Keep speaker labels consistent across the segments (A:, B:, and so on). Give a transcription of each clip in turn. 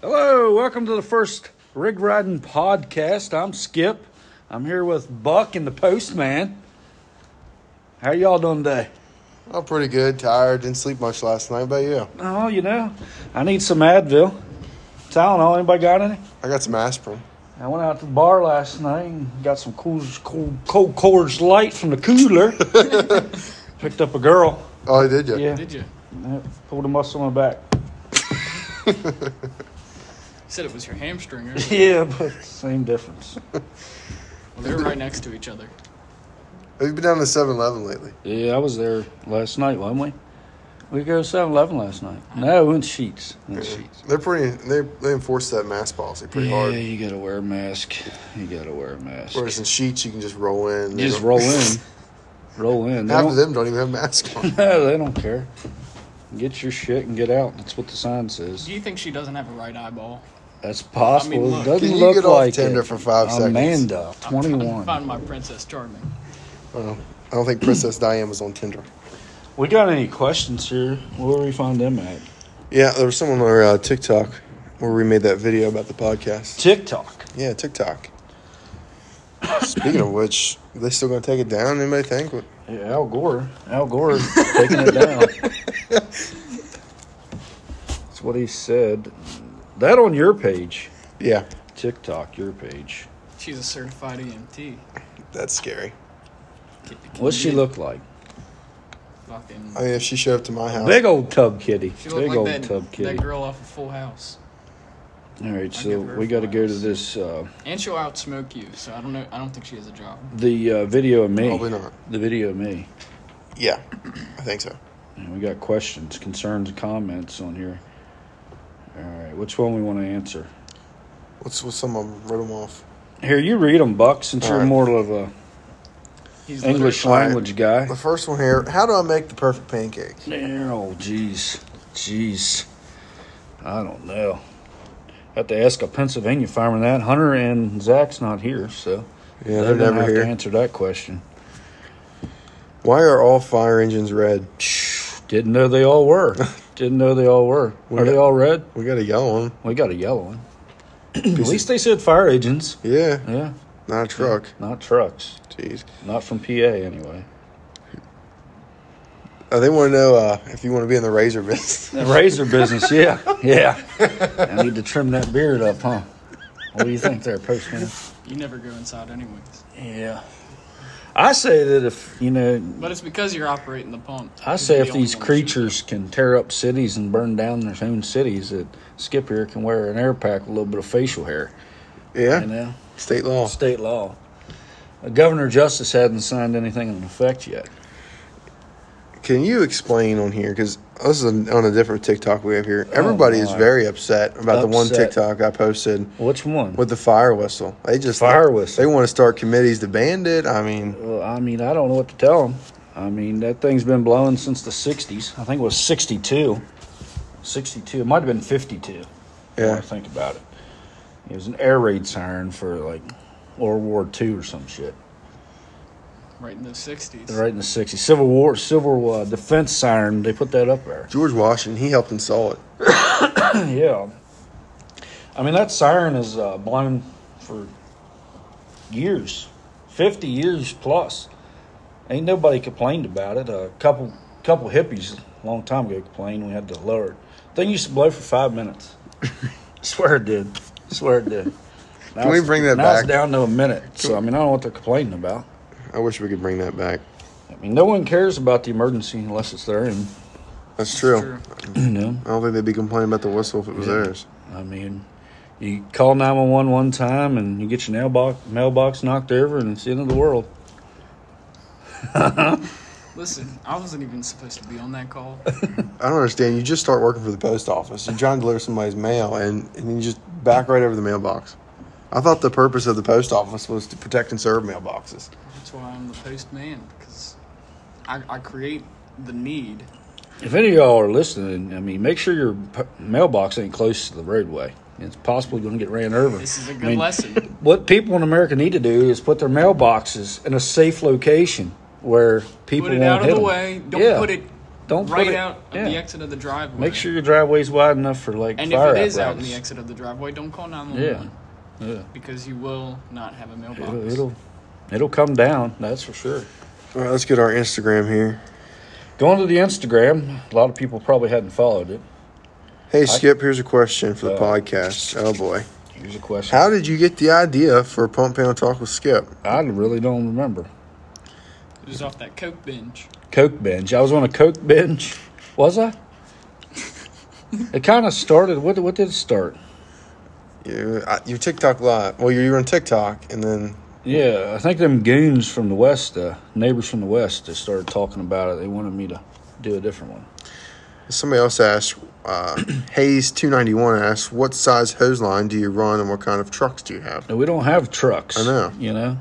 A: Hello, welcome to the first rig riding podcast. I'm Skip. I'm here with Buck and the Postman. How y'all doing today?
B: I'm pretty good. Tired. Didn't sleep much last night, but yeah,
A: Oh, you know, I need some Advil. Tylenol. Anybody got any?
B: I got some aspirin.
A: I went out to the bar last night and got some cool, cold, cold Coors Light from the cooler. Picked up a girl.
B: Oh, I did you?
A: Yeah,
C: Did you? You
A: yeah, pulled a muscle in my back.
C: said it was your hamstring. Earlier.
A: Yeah, but same difference.
C: Well, they were right next to each other.
B: Have you been down to 7-Eleven lately?
A: Yeah, I was there last night, wasn't we? We go 7 Eleven last night. No, we went to Sheets. We went to Sheets.
B: They're pretty. They they enforce that mask policy pretty
A: yeah,
B: hard.
A: you gotta wear a mask. You gotta wear a mask.
B: Whereas in sheets, you can just roll in.
A: You
B: They
A: just
B: don't-
A: roll in. roll in. They
B: Half of
A: don't,
B: them don't even have masks on.
A: no, they don't care. Get your shit and get out. That's what the sign says.
C: Do you think she doesn't have a right eyeball?
A: That's possible.
C: I mean,
A: it
C: look.
A: doesn't
B: Can you
A: look
B: get off
A: like
B: Tinder
A: it.
B: for five seconds?
A: Amanda,
C: I'm trying to
A: 21.
C: Find my princess charming.
B: Well, Uh, I don't think Princess Diane was on Tinder.
A: We got any questions here? Where we find them at?
B: Yeah, there was someone on our, uh, TikTok where we made that video about the podcast.
A: TikTok.
B: Yeah, TikTok. Speaking of which, are they still gonna take it down? Anybody think? What-
A: Yeah, Al Gore. Al Gore taking it down. That's what he said. That on your page,
B: Yeah,
A: TikTok, your page.
C: She's a certified EMT.
B: that's scary.
C: Can- can
A: What's she
C: you get
A: look like?
C: Fucking.
B: I mean, if she showed up to my house,
A: Big old tub kitty.
C: She looked
A: Big
C: like
A: old
C: that,
A: tub kitty.
C: that girl off of Full House,
A: All right,
C: I'd
A: so
C: give her
A: we got to go to
C: flowers.
A: this uh,
C: and she'll outsmoke you. So I don't know. I don't think she has a job.
A: the uh, video of me.
B: Probably not.
A: The video of me.
B: Yeah, I think so.
A: And we got questions, concerns, comments on here. All right, which one we want to answer?
B: What's with some of them? Wrote them off.
A: Here, you read them, Buck, since
B: All
A: you're
B: right.
A: more of a
C: He's
A: English
B: All right.
A: language guy.
B: The first one here. How do I make the perfect pancake?
A: There, oh, jeez, jeez. I don't know. Have to ask a Pennsylvania farmer that. Hunter and Zach's not here, so
B: Yeah,
A: they're gonna have to answer that question.
B: Why are all fire engines red?
A: Didn't know they all were. Didn't know they all were.
B: We
A: Are they
B: got-
A: all red?
B: We got a yellow one.
A: We got a yellow one. At
B: Piece
A: least they said fire agents.
B: of- yeah,
A: Yeah,
B: not a truck.
A: not trucks.
B: Jeez.
A: Not from PA anyway.
B: Uh, they want to know uh, if you want to be in the razor business.
A: The razor business, yeah, yeah. I need to trim that beard up, huh? What do you think there, postman?
C: You never go inside anyways.
A: Yeah. I say that if you know,
C: But it's because you're operating the pump.
A: I
C: You're
A: say
C: the
A: if
C: only
A: these
C: one that shoots.
A: creatures can tear up cities and burn down their own cities, that Skip here can wear an air pack with a little bit of facial hair. You
B: yeah,
A: know,
B: state law.
A: state law. The Governor Justice hadn't signed anything in effect yet.
B: Can you explain on here? Because this is on on a different TikTok we have here. Everybody is
A: my.
B: very upset about the one
A: Upset.
B: TikTok I posted
A: Which one?
B: with the fire whistle. They just
A: Fire whistle.
B: They want to start committees to ban it. I mean,
A: Well, I mean, I don't know what to tell them. I mean, that thing's been blowing since the '60s. I think it was '62. '62. It might have been '52.
B: Yeah.
A: I think about it. It was an air raid siren for like World War II or some shit.
C: right in the '60s.
A: Right in the '60s, Civil War, Civil uh, Defense siren. They put that up there.
B: George Washington he helped install it.
A: yeah. I mean, that siren has uh, blown for years, 50 years plus. Ain't nobody complained about it. A couple couple hippies a long time ago complained we had to lower it. Thing used to blow for five minutes. swear it did. swear it did. Now
B: Can we
A: it's-
B: bring that
A: now
B: back?
A: it's down to a minute. So, I mean, I don't know what they're complaining about.
B: I wish we could bring that back.
A: I mean, no one cares about the emergency unless it's there. And,
B: That's true.
C: True.
A: you know,
B: I don't think they'd be complaining about the whistle if it was theirs.
A: I mean, you call 911 one time and you get your mailbox, mailbox knocked over, and it's the end of the world.
C: Listen, I wasn't even supposed to be on that call.
B: I don't understand. You just start working for the post office. You're trying to deliver somebody's mail, and, and you just back right over the mailbox. I thought the purpose of the post office was to protect and serve mailboxes.
C: That's why I'm the postman because I, I create the need.
A: If any of y'all are listening, I mean, make sure your p- mailbox ain't close to the roadway. It's possibly going to get ran over.
C: This is a
A: I
C: good
A: mean,
C: lesson.
A: What people in America need to do is put their mailboxes in a safe location where people
C: Put it
A: won't
C: out of
A: hit
C: the
A: 'em.
C: way. Don't
A: Yeah.
C: put it
A: Don't put
C: right
A: it-
C: out of
A: yeah.
C: the exit of the driveway.
A: Make sure your driveway's wide enough for like
C: And if
A: fire
C: it is out in
A: apparatus.
C: the exit of the driveway, don't call nine one
A: Yeah,
C: one
A: yeah.
C: because you will not have a mailbox.
A: It'll, it'll it'll come down. That's for sure.
B: All right, let's get our Instagram here.
A: Going to the Instagram. A lot of people probably hadn't followed it.
B: Hey, Skip, here's a question for the
A: Uh,
B: podcast. Oh, boy.
A: Here's a question.
B: How did you get the idea for Pump Pound Talk with Skip?
A: I really don't remember.
C: It was off that coke binge.
A: Coke binge. I was on a Coke binge. Was I? it kind of started. What what did it start?
B: You, I- your TikTok live. Well, you were on TikTok, and then
A: Yeah, I think them goons from the west, uh, neighbors from the west, they started talking about it. They wanted me to do a different one.
B: somebody else asked, uh, Hayes291 asked, what size hose line do you run and what kind of trucks do you have?
A: And we don't have trucks.
B: I know.
A: You know.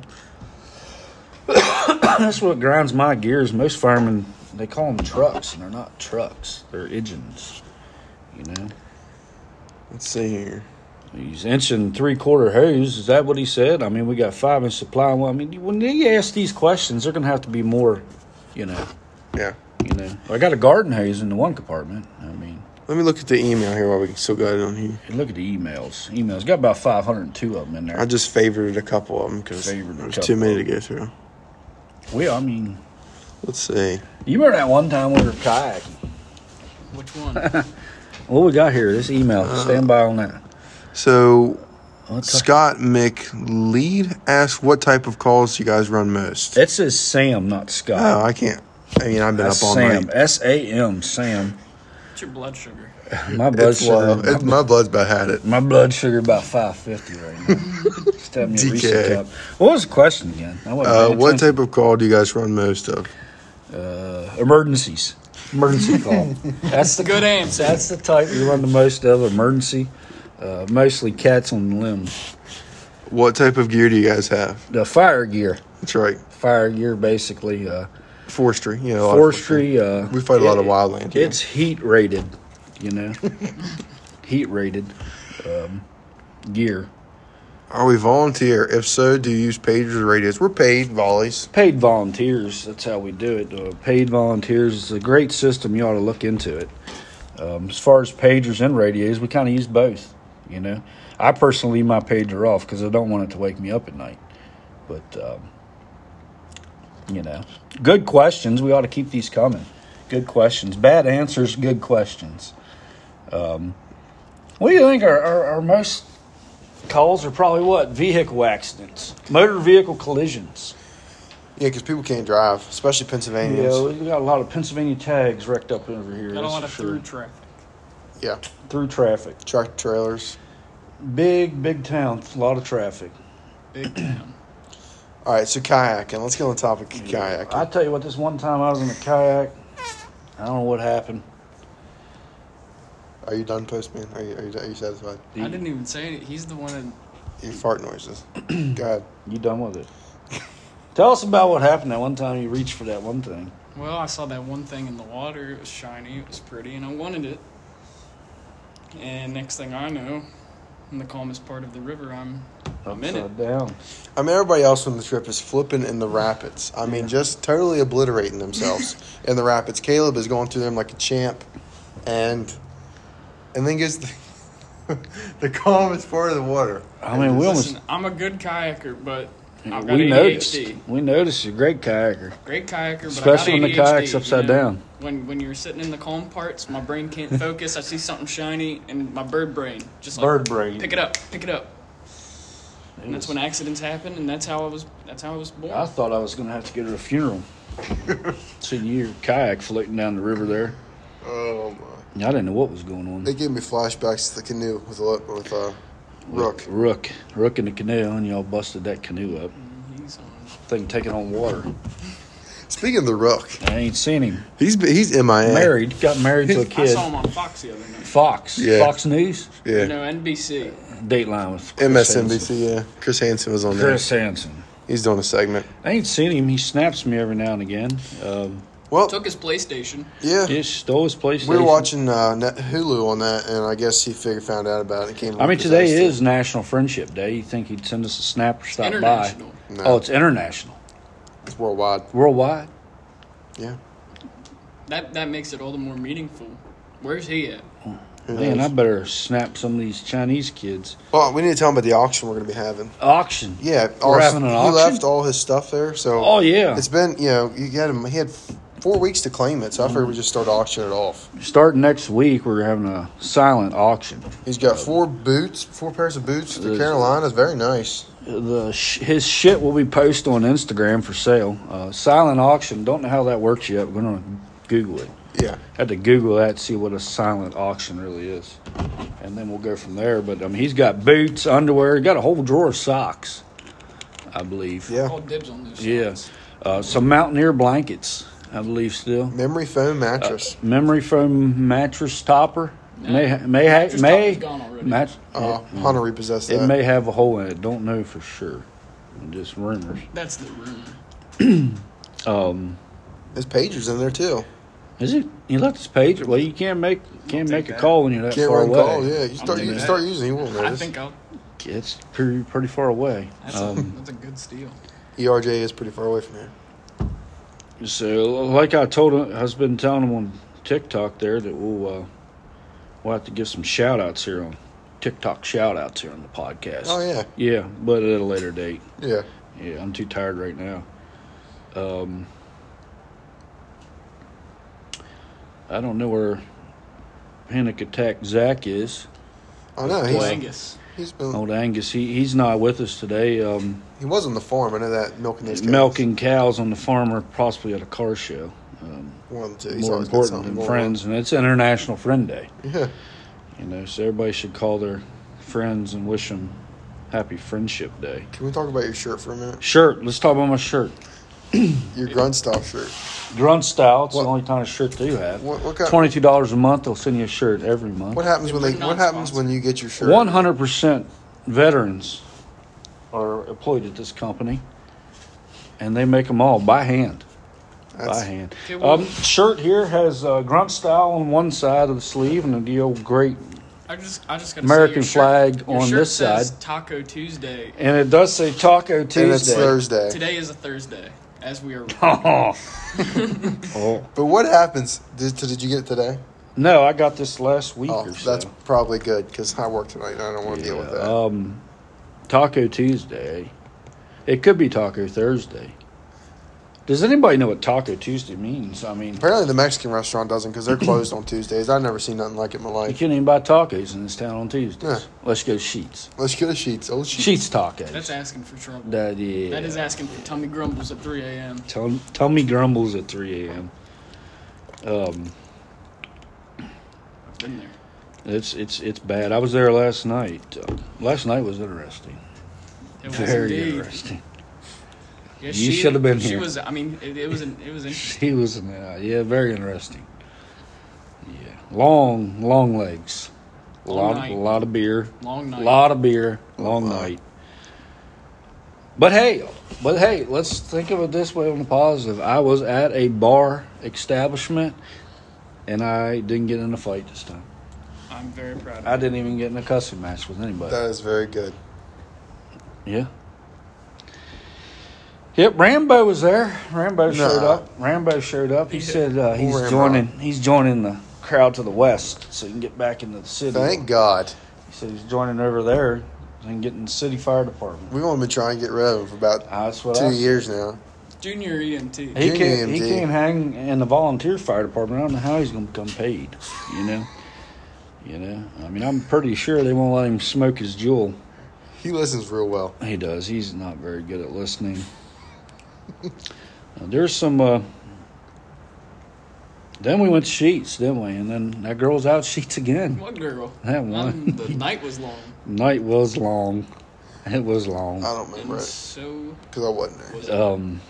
A: That's what grinds my gears. Most firemen they call them trucks, and they're not trucks. They're engines. You know.
B: Let's see here.
A: He's inching three quarter hose. Is that what he said? I mean, we got five inch supply. Well, I mean, when they ask these questions, they're gonna have to be more, you know,
B: Yeah.
A: you know. I got a garden hose in the one compartment. I mean,
B: Let me look at the email here while we can still go down here.
A: look at the emails. Emails got about five hundred and two of them in
B: I
A: there.
B: just favorited a couple of them because it
A: Favorited a
B: was
A: couple
B: too many to
A: of
B: go through.
A: Well, I mean,
B: Let's see.
A: you remember that one time we were kayaking?
C: Which one?
A: What we got here? This email. Stand by on that.
B: So
A: Let's talk-
B: Scott McLeod asked, "What type of calls do you guys run most?"
A: It says Sam, not Scott.
B: Oh, I can't. I mean, I've been
A: That's
B: up all
A: Sam.
B: night.
A: S A M. Sam.
C: What's your blood sugar?
A: My blood
B: It's
A: sugar.
B: low. uh, It's, my blood's about had it.
A: My blood sugar about five fifty right now. Just have me a Reese's
B: DK.
A: cup. What was the question again? I wasn't
B: Uh,
A: paying
B: what
A: attention.
B: type of call do you guys run most of?
A: Uh, emergencies? Emergency call. That's the
C: Good answer.
A: That's the type you run the most of. Emergency, uh, mostly cats on the limbs.
B: What type of gear do you guys have?
A: The fire gear,
B: That's right,
A: fire gear, basically uh,
B: forestry. You know, a lot of
A: forestry. Uh,
B: We fight a lot of
A: it-
B: wildland. here.
A: It's heat rated, you know, heat rated um, gear.
B: Are we volunteer? If so, do you use pagers or radios? We're paid volleys.
A: paid volunteers. That's how we do it. Uh, paid volunteers is a great system. You ought to look into it. Um, as far as pagers and radios, we kind of use both. You know, I personally leave my pager off because I don't want it to wake me up at night. But um, you know, good questions. We ought to keep these coming. Good questions, bad answers. Good questions. Um, what do you think our, our, our most calls are? Probably what vehicle accidents, motor vehicle collisions.
B: Yeah, because people can't drive, especially Pennsylvanians.
A: Yeah, we got a lot of Pennsylvania tags wrecked up over here.
C: Got a
A: that's
C: lot
A: for
C: of
A: sure.
C: through traffic.
B: Yeah,
A: Through traffic.
B: tractor trailers.
A: Big, big town, a lot of traffic.
C: Big town.
B: All right, so kayaking. Let's get on the topic of kayaking.
A: I tell you what, this one time I was in a kayak, I don't know what happened.
B: Are you done, postman? Are you, are you, are you satisfied?
C: I didn't even say it. He's the one that
B: Your fart noises. Go ahead.
A: You done with it? tell us about what happened that one time you reached for that one thing.
C: Well, I saw that one thing in the water. It was shiny. It was pretty, and I wanted it. And next thing I know, in the calmest part of the river, I'm I'm in it.
A: Upside down.
B: I mean, everybody else on the trip is flipping in the rapids. I mean, just totally obliterating themselves in the rapids. Caleb is going through them like a champ, and and then gets the, the calmest part of the water.
A: I mean, we almost.
C: Listen, I'm a good kayaker, but I've got
A: We
C: ADHD.
A: noticed. We noticed you're a great kayaker.
C: Great kayaker, but
A: Especially
C: I
A: when
C: got
A: the
C: ADHD,
A: kayak's
C: you
A: upside
C: know?
A: down.
C: When when you're sitting in the calm parts, my brain can't focus. I see something shiny, and my bird brain just like,
A: Bird brain.
C: Pick it up, pick it up. And that's when accidents happen, and that's how I was. That's how I was born.
A: I thought I was going to have to get her a funeral. Seeing your kayak floating down the river there.
B: Oh my!
A: I didn't know what was going on.
B: They gave me flashbacks to the canoe with lo- with uh, Rook.
A: Rook. Rook in the canoe, and y'all busted that canoe up.
C: He's on.
A: Thing taking on water.
B: Speaking of the Rook,
A: I ain't seen him.
B: he's he's MIA.
A: Married, got married to a
C: I
A: kid.
C: saw him on Fox the other night.
A: Fox.
B: Yeah.
A: Fox News.
B: Yeah.
C: No, NBC.
A: Dateline with Chris Hansen.
B: MSNBC. Yeah. Chris Hansen was on there.
A: Chris Hansen.
B: He's doing a segment.
A: I ain't seen him. He snaps me every now and again. Um,
B: Well,
C: Took his PlayStation.
B: yeah.
A: just stole his PlayStation.
B: We were watching uh, Net- Hulu on that, and I guess he figured found out about it. it came
A: I mean,
B: up
A: today
B: disaster.
A: is National Friendship Day. You think he'd send us a snap or stop by?
C: International.
B: No,
A: Oh, it's international,
B: it's worldwide.
A: worldwide.
B: Yeah,
C: That that makes it all the more meaningful. Where's he at?
B: Who
A: Man, I
B: knows?
A: better snap some of these Chinese kids.
B: Well, we need to tell him about the auction we're going to be having.
A: Auction.
B: Yeah,
A: We're
B: all his-
A: having an
B: he
A: auction?
B: left all his stuff there, so
A: Oh yeah.
B: it's been you know you had him he had four weeks to claim it, so I figured we just start auctioning it off.
A: Starting next week, we're having a silent auction.
B: He's got four boots, four pairs of boots. The
A: Those-
B: Carolinas, very nice.
A: The sh- his shit will be posted on Instagram for sale. Uh, silent auction. Don't know how that works yet. We're gonna Google it.
B: Yeah,
A: Had to Google that to see what a silent auction really is, and then we'll go from there. But I mean, he's got boots, underwear, he got a whole drawer of socks, I believe.
B: yeah.
C: All dibs on those.
A: Yeah.
C: shots.
A: Uh, some Mountaineer blankets, I believe, still.
B: Memory foam mattress.
A: Memory foam mattress topper.
C: No.
A: May may ha-
C: Mattress
A: may
C: topper's gone already.
A: match.
B: Uh, Hunter repossessed
A: It
B: that.
A: may have a hole in it. Don't know for sure. Just rumors.
C: That's the rumor.
A: Um,
B: His pager's in there too.
A: is it? You left this page. Well, you can't make can't make a
C: that.
A: call when you're that
B: Can't
A: far
B: run
A: away.
B: call. Yeah, you start
C: doing
B: you
C: that.
B: start using. it, You won't
C: I
B: notice.
C: think I'll.
A: It's pretty pretty far away.
C: That's,
A: Um,
C: a, that's a good steal.
B: ERJ E is pretty far away from here.
A: so, like I told, him, I've been telling him on TikTok there that we'll uh, we'll have to give some shout outs here on TikTok shout outs here on the podcast.
B: Oh yeah,
A: Yeah, but at a later date.
B: yeah.
A: Yeah, I'm too tired right now. Um, I don't know where Panic Attack Zach is.
B: I know
A: Well-
B: he's
C: Angus.
B: he's been
A: Old Angus, he he's not with us today. Um,
B: he was on the farm. I know that milking these cows.
A: milking cows on the farm, or possibly at a car show. Um,
B: one of the two. He's
A: more
B: always got
A: important
B: something
A: than
B: going on.
A: friends, and it's International Friend Day.
B: Yeah,
A: You know, so everybody should call their friends and wish them Happy Friendship Day.
B: can we talk about your shirt for a minute?
A: Shirt. Let's talk about my shirt.
B: Your grunt style shirt.
A: Grunt style. It's
B: What-
A: the only kind of shirt they have.
B: What, what kind?
A: Twenty-two dollars a month. They'll send you a shirt every month.
B: What happens when they?
C: We're not
B: What happens
C: sponsored.
B: when you get your shirt?
A: One hundred percent veterans are employed at this company, and they make them all by hand. by
B: That's-
A: hand.
C: Okay, well-
A: Um, shirt here has uh, grunt style on one side of the sleeve, and the old great,
C: I just I just got
A: American
C: say, your
A: flag
C: shirt, your
A: on
C: shirt
A: this
C: says
A: side.
C: Taco Tuesday.
A: and it does say Taco
B: And it's
A: Tuesday.
B: Thursday.
C: Today is a Thursday, as we are.
A: Oh. oh
B: But what happens? Did, did you get it today?
A: no! I got this last week
B: Oh,
A: or so.
B: that's probably good because I work tonight and I don't want to deal with
A: Yeah,
B: that.
A: Um, Taco Tuesday. It could be Taco Thursday. Does anybody know what Taco Tuesday means? I mean,
B: Apparently, the Mexican restaurant doesn't because they're closed on Tuesdays. I've never seen nothing like it in my
A: you
B: life.
A: can't even buy tacos in this town on Tuesdays.
B: Yeah.
A: Let's go Sheets.
B: Let's go to Sheets. Old Sheets.
A: Sheets tacos.
C: That's asking for trouble.
A: that is.
C: That is asking for tummy grumbles at 3 a.m.
A: Tum- tummy grumbles at 3 a.m. Um,
C: I've been there.
A: it's it's it's bad. I was there last night. Uh, last night was interesting.
C: It was
A: Very
C: indeed.
A: interesting.
C: Yeah,
A: You should have been
C: she
A: here.
C: was. I mean, it, it was. An, it was. Interesting.
A: He was an, uh, yeah, very interesting. Yeah, long long legs. A
C: Long
A: lot,
C: night.
A: a lot of beer.
C: Long
A: A
C: night.
A: lot of beer. Long
B: Wow.
A: night. But hey, but hey, let's think of it this way on the positive. I was at a bar establishment, and I didn't get in a fight this time.
C: I'm very proud. of
A: I didn't even get in a cussing match with anybody.
B: That is very good.
A: yeah. Yep, Rambo was there. Rambo showed
B: Nah.
A: up. Rambo showed up. He
C: Yeah.
A: said uh, he's
B: Rambo.
A: joining. He's joining the crowd to the west, so he can get back into the city.
B: Thank God.
A: He said he's joining over there and getting the city fire department.
B: We've only been trying to get rid of him for about
A: Ah, that's what I
B: two
A: said.
B: years now.
C: Junior E EMT.
A: He
B: Junior
A: can't, he
B: EMT.
A: can't hang in the volunteer fire department. I don't know how he's going to become paid. You know, you know. I mean, I'm pretty sure they won't let him smoke his jewel.
B: He listens real well.
A: He does. He's not very good at listening. Uh, there's some. Uh, then we went sheets, didn't we? And then that girl's out sheets again.
C: What girl?
A: That
C: Um,
A: one
C: the night was long.
A: night was long. It was long.
B: I don't
C: And
B: remember it
C: so
B: because I wasn't there.
C: was it.
A: Um,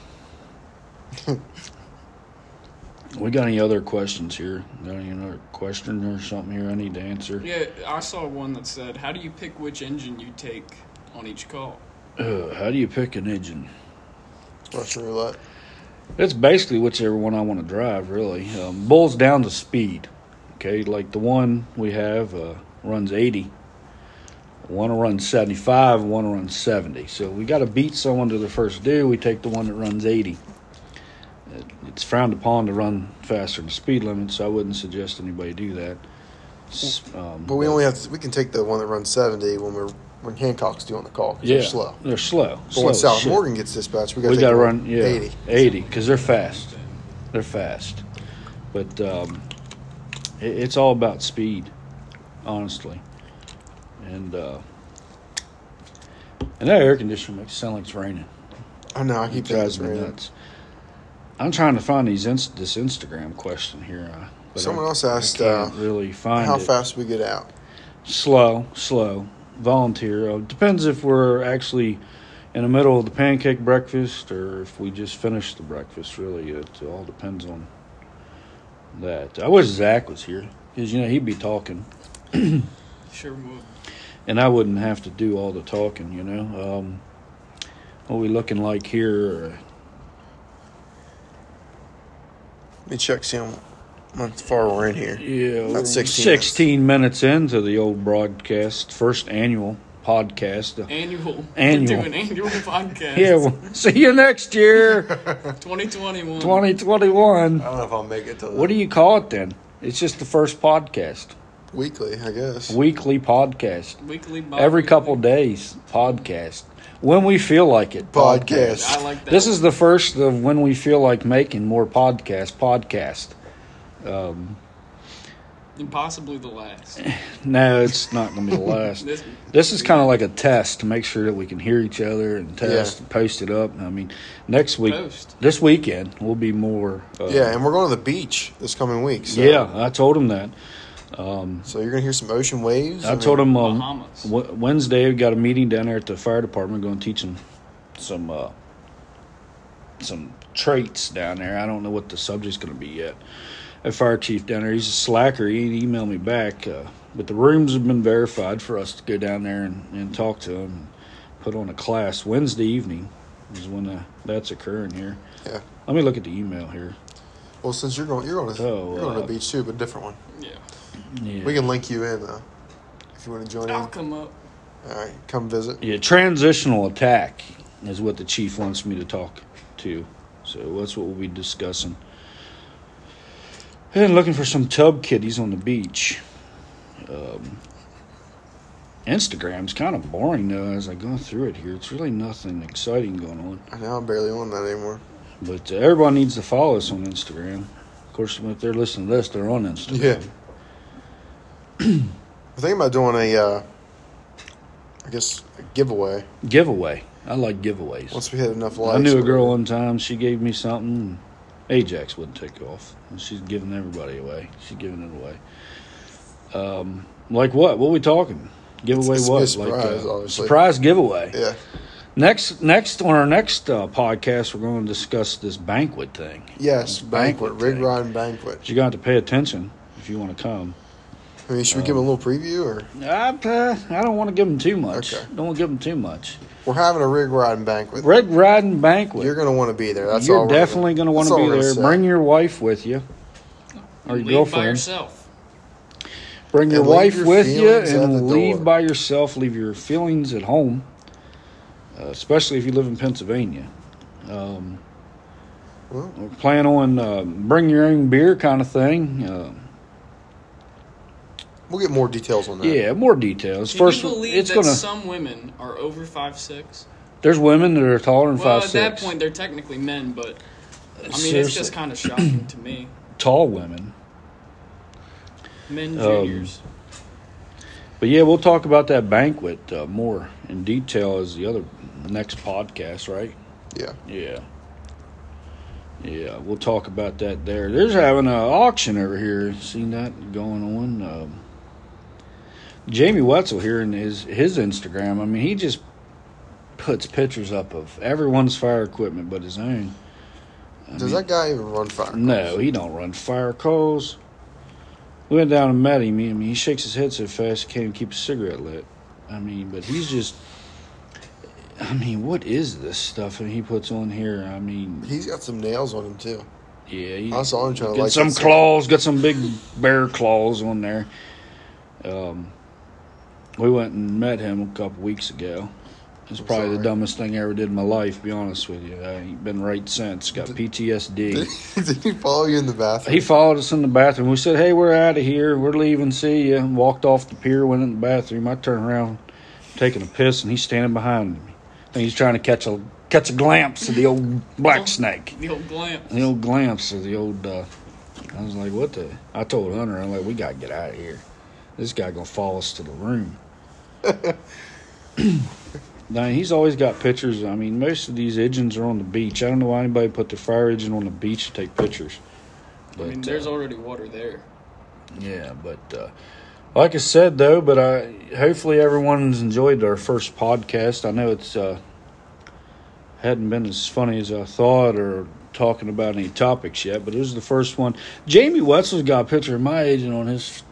A: we got any other questions here? Got any other question or something here I need to answer?
C: Yeah, I saw one that said, "How do you pick which engine you take on each call?"
A: Uh, how do you pick an engine?
B: Russian roulette.
A: It's basically whichever one I want to drive, really. Um, boils down to speed. Okay, like the one we have uh, runs 80, one will run 75, one will run 70. So we got to beat someone to the first do. We take the one that runs 80. It, it it's frowned upon to run faster than speed limit, so I wouldn't suggest anybody do that. S- um,
B: But we only have to, we can take the one that runs seventy when we're when Hancock's doing the call because
A: yeah,
B: they're slow.
A: They're slow.
B: But
A: slow
B: when
A: as
B: South
A: shit.
B: Morgan gets dispatched, we got
A: we got
B: to
A: to run yeah,
B: eighty.
A: 80 because they're fast. They're fast, but um, it, it's all about speed, honestly. And uh, and that air conditioner makes it sound like it's raining.
B: I know. I keep
A: It
B: thinking it's
A: drives me
B: random.
A: nuts. I'm trying to find these inst- this Instagram question here. Uh, but
B: Someone
A: I,
B: else
A: I
B: asked,
A: can't
B: uh,
A: really find
B: How
A: it.
B: fast we get out?
A: Slow, slow. Volunteer. Uh, depends if we're actually in the middle of the pancake breakfast or if we just finished the breakfast. Really, it all depends on that. I wish Zach was here because you know he'd be talking,
C: Sure would.
A: and I wouldn't have to do all the talking. You know, um, what we looking like here? Uh,
B: Let me check see how how far we're in here.
A: Yeah,
B: About
A: we're
B: 16
A: 16 minutes. into the old broadcast, first annual podcast.
C: Annual.
A: Annual.
C: We're doing annual podcast.
A: Yeah, well, see you next year,
C: 2021.
A: 2021.
B: I don't know if I'll make it to
A: What do you call it then? It's just the first podcast,
B: weekly, I guess.
A: weekly podcast,
C: Weekly. bi-
A: every couple days podcast. When we feel like it,
B: Podcast.
C: I like that.
A: This is the first of when we feel like making more podcast. Podcast.
C: and possibly the last.
A: No, it's not going to be the last.
C: This,
A: This is kind of like a test to make sure that we can hear each other and test,
B: Yeah.
A: and post it up. I mean, next week,
C: Post.
A: this weekend, will be more. Uh,
B: yeah, and we're going to the beach this coming week. So,
A: yeah. I told him that.
B: So you're gonna hear some ocean waves.
A: I told him um,
C: Bahamas.
A: w- Wednesday we got a meeting down there at the fire department. Going to teach him some uh, some traits down there. I don't know what the subject's going to be yet. A fire chief down there. He's a slacker. He emailed me back, uh, but the rooms have been verified for us to go down there and, and talk to him. And put on a class Wednesday evening is when uh, that's occurring here.
B: Yeah.
A: Let me look at the email here.
B: Well, since you're going, you're going to
A: So,
B: you're going to
A: uh,
B: the beach too, but a different one.
C: yeah.
A: Yeah.
B: We can link you in though, if you want to join in.
C: I'll
B: All
C: come up.
B: right, come visit.
A: Yeah, transitional attack is what the chief wants me to talk to. So that's what we'll be discussing. And looking for some tub kitties on the beach. Um, Instagram's kind of boring though. As I go through it here, it's really nothing exciting going on.
B: I know I'm barely on that anymore.
A: But uh, everybody needs to follow us on Instagram. Of course, if they're listening to this, they're on Instagram.
B: Yeah. I'm thinking about doing a, uh, I guess, a giveaway
A: Giveaway. I like giveaways.
B: once we hit enough likes.
A: I knew a girl
B: or-
A: one time. She gave me something. and Ajax wouldn't take off. And she's giving everybody away. She's giving it away. Um, like what? What we talking? Giveaway
B: It's- it's
A: what?
B: a surprise,
A: like uh,
B: obviously.
A: surprise giveaway.
B: Yeah.
A: Next, next on our next uh, podcast, we're going to discuss this banquet thing.
B: Yes,
A: Banquet
B: banquet, rig
A: thing.
B: ride banquet.
A: But you got to pay attention if you want to come.
B: I mean, should we
A: Um,
B: give 'em a little preview or?
A: I, uh, I don't want to give them too much.
B: Okay.
A: Don't want to give them too much.
B: We're having a rig riding banquet.
A: Red riding banquet.
B: You're gonna want to be there. That's
A: You're
B: all. we're gonna-
A: definitely going to want
B: that's
A: to
B: all
A: be
B: we're gonna
A: there.
B: say.
A: Bring your wife with you. Or your
C: Leave by
A: girlfriend.
C: yourself.
A: Bring your
B: And leave
A: wife
B: your
A: with you
B: feelings at the
A: and leave
B: door.
A: by yourself. Leave your feelings at home, uh, especially if you live in Pennsylvania. Um,
B: Well-
A: we plan on uh, bring your own beer kind of thing. Uh,
B: We'll get more details on that.
A: yeah, more details.
C: Can
A: First,
C: you believe
A: it's
C: that
A: gonna.
C: some women are over five six?
A: there's women that are taller than
C: Well,
A: five
C: at
A: six.
C: that point, they're technically men, but I mean, it's
A: Seriously.
C: just kind of shocking to me.
A: tall women.
C: Men
A: Um,
C: juniors.
A: But yeah, we'll talk about that banquet uh, more in detail as the other next podcast, right?
B: Yeah.
A: Yeah. Yeah, we'll talk about that there. There's having an auction over here. Seen that going on. Um, Jamie Wetzel here in his his Instagram. I mean, he just puts pictures up of everyone's fire equipment but his own.
B: Does that guy even run fire?
A: No, he don't run fire coals. We went down and met him. I mean, he shakes his head so fast he can't even keep a cigarette lit. I mean, but he's just. I mean, what is this stuff? that he puts on here. I mean,
B: He's got some nails on him too.
A: Yeah, he,
B: I saw him trying to
A: got
B: like
A: some
B: that-
A: claws, got some big bear claws on there. Um, we went and met him a couple weeks ago, It's probably the
B: alright.
A: dumbest thing I ever did in my life, to be honest with you. I ain't been right since. Got PTSD.
B: Did, did he follow you in the bathroom?
A: He followed us in the bathroom. We said, "Hey, we're out of here. We're leaving. See ya." And walked off the pier, went in the bathroom. I turned around, taking a piss, and he's standing behind me. I think he's trying to catch a catch a glimpse of the old black snake.
C: The old glamp.
A: The old glimpse of the old. Uh, I was like, "What the?" I told Hunter, "I'm like, we gotta get out of here. This guy gonna follow us to the room." now he's always got pictures. I mean, most of these engines are on the beach. I don't know why anybody put their fire engine on the beach to take pictures.
C: I mean,
A: But,
C: there's
A: uh,
C: already water there.
A: yeah, but uh, like I said though, but I hopefully everyone's enjoyed our first podcast. I know it's uh, hadn't been as funny as I thought or talking about any topics yet, but it was the first one. Jamie Wetzel's got a picture of my agent on his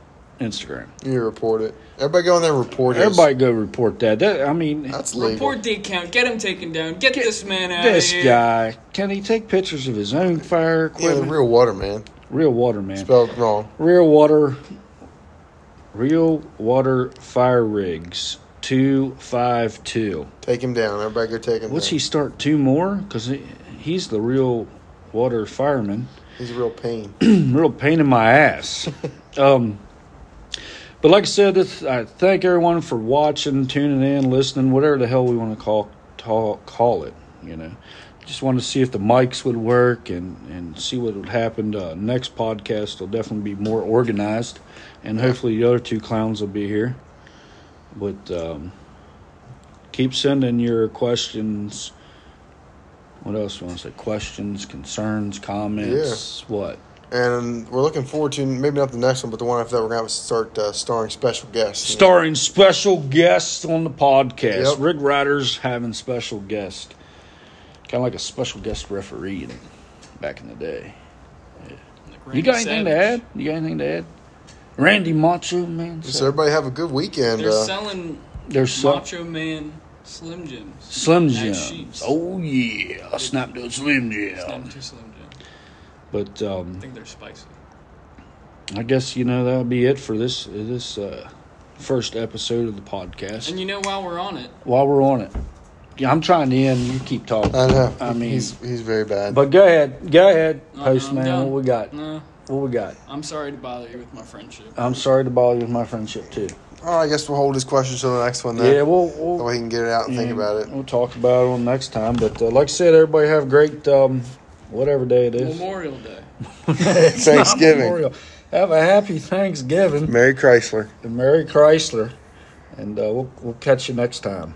A: Instagram.
B: You report it. Everybody go in there and report his.
A: Everybody go report that. That I mean,
B: That's legal.
C: Report the account. Get him taken down. Get,
A: Get
C: this man out
A: this
C: of here.
A: guy can he take pictures of his own fire
B: Yeah, the
A: equipment?
B: real water man.
A: real water man.
B: Spelled wrong.
A: Real water, real water fire rigs two five two.
B: Take him down. Everybody go take him
A: What's he
B: down.
A: start two more? Because he's the real water fireman.
B: He's a real pain.
A: real pain in my ass. um, but like I said, this, I thank everyone for watching, tuning in, listening, whatever the hell we want to call talk, call it. You know, just wanted to see if the mics would work and and see what would happen. Uh, next podcast will definitely be more organized, and hopefully the other two clowns will be here. But um, keep sending your questions. What else do you want to say? Questions, concerns, comments, what?
B: and we're looking forward to maybe not the next one, but the one after that we're going to start uh, starring special guests.
A: starring special guests on the podcast.
B: Yep.
A: Rig Riders having special guest, kind of like a special guest referee in- back in the day.
C: Like
A: you
C: Randy
A: got anything to
C: Savage.
A: add? You got anything to add? Randy Macho Man.
B: Just everybody have a good weekend.
C: They're
B: Uh,
C: selling
A: There's so-
C: Macho Man Slim Jims.
A: Slim
C: Nice
A: Jim.
C: sheets.
A: Oh yeah, snap those Slim
C: It's not
A: Jim.
C: too Slim Jim.
A: But
C: I
A: um,
C: think they're spicy.
A: I guess you know that'll be it for this this uh, first episode of the podcast.
C: And you know, while we're on it,
A: While we're on it, yeah, I'm trying to end. You keep talking.
B: I know.
A: I mean-
B: he's he's very bad.
A: But go ahead, go ahead,
C: Uh-uh,
A: postman.
C: no.
A: What we got?
C: no,
A: What we got?
C: I'm sorry to bother you with my friendship.
A: I'm sorry to bother you with my friendship too.
B: oh, I guess we'll hold his question till the next one. Then.
A: Yeah, we'll,
B: That
A: we'll
B: way he can get it out and think
A: yeah,
B: about it.
A: We'll talk about it on next time. But uh, like I said, everybody have a great um, whatever day it is.
C: Memorial Day.
A: It's not
B: Thanksgiving.
A: Memorial. Have a happy Thanksgiving
B: Mary Chrysler.
A: and Merry Chrysler, and uh, we'll we'll catch you next time.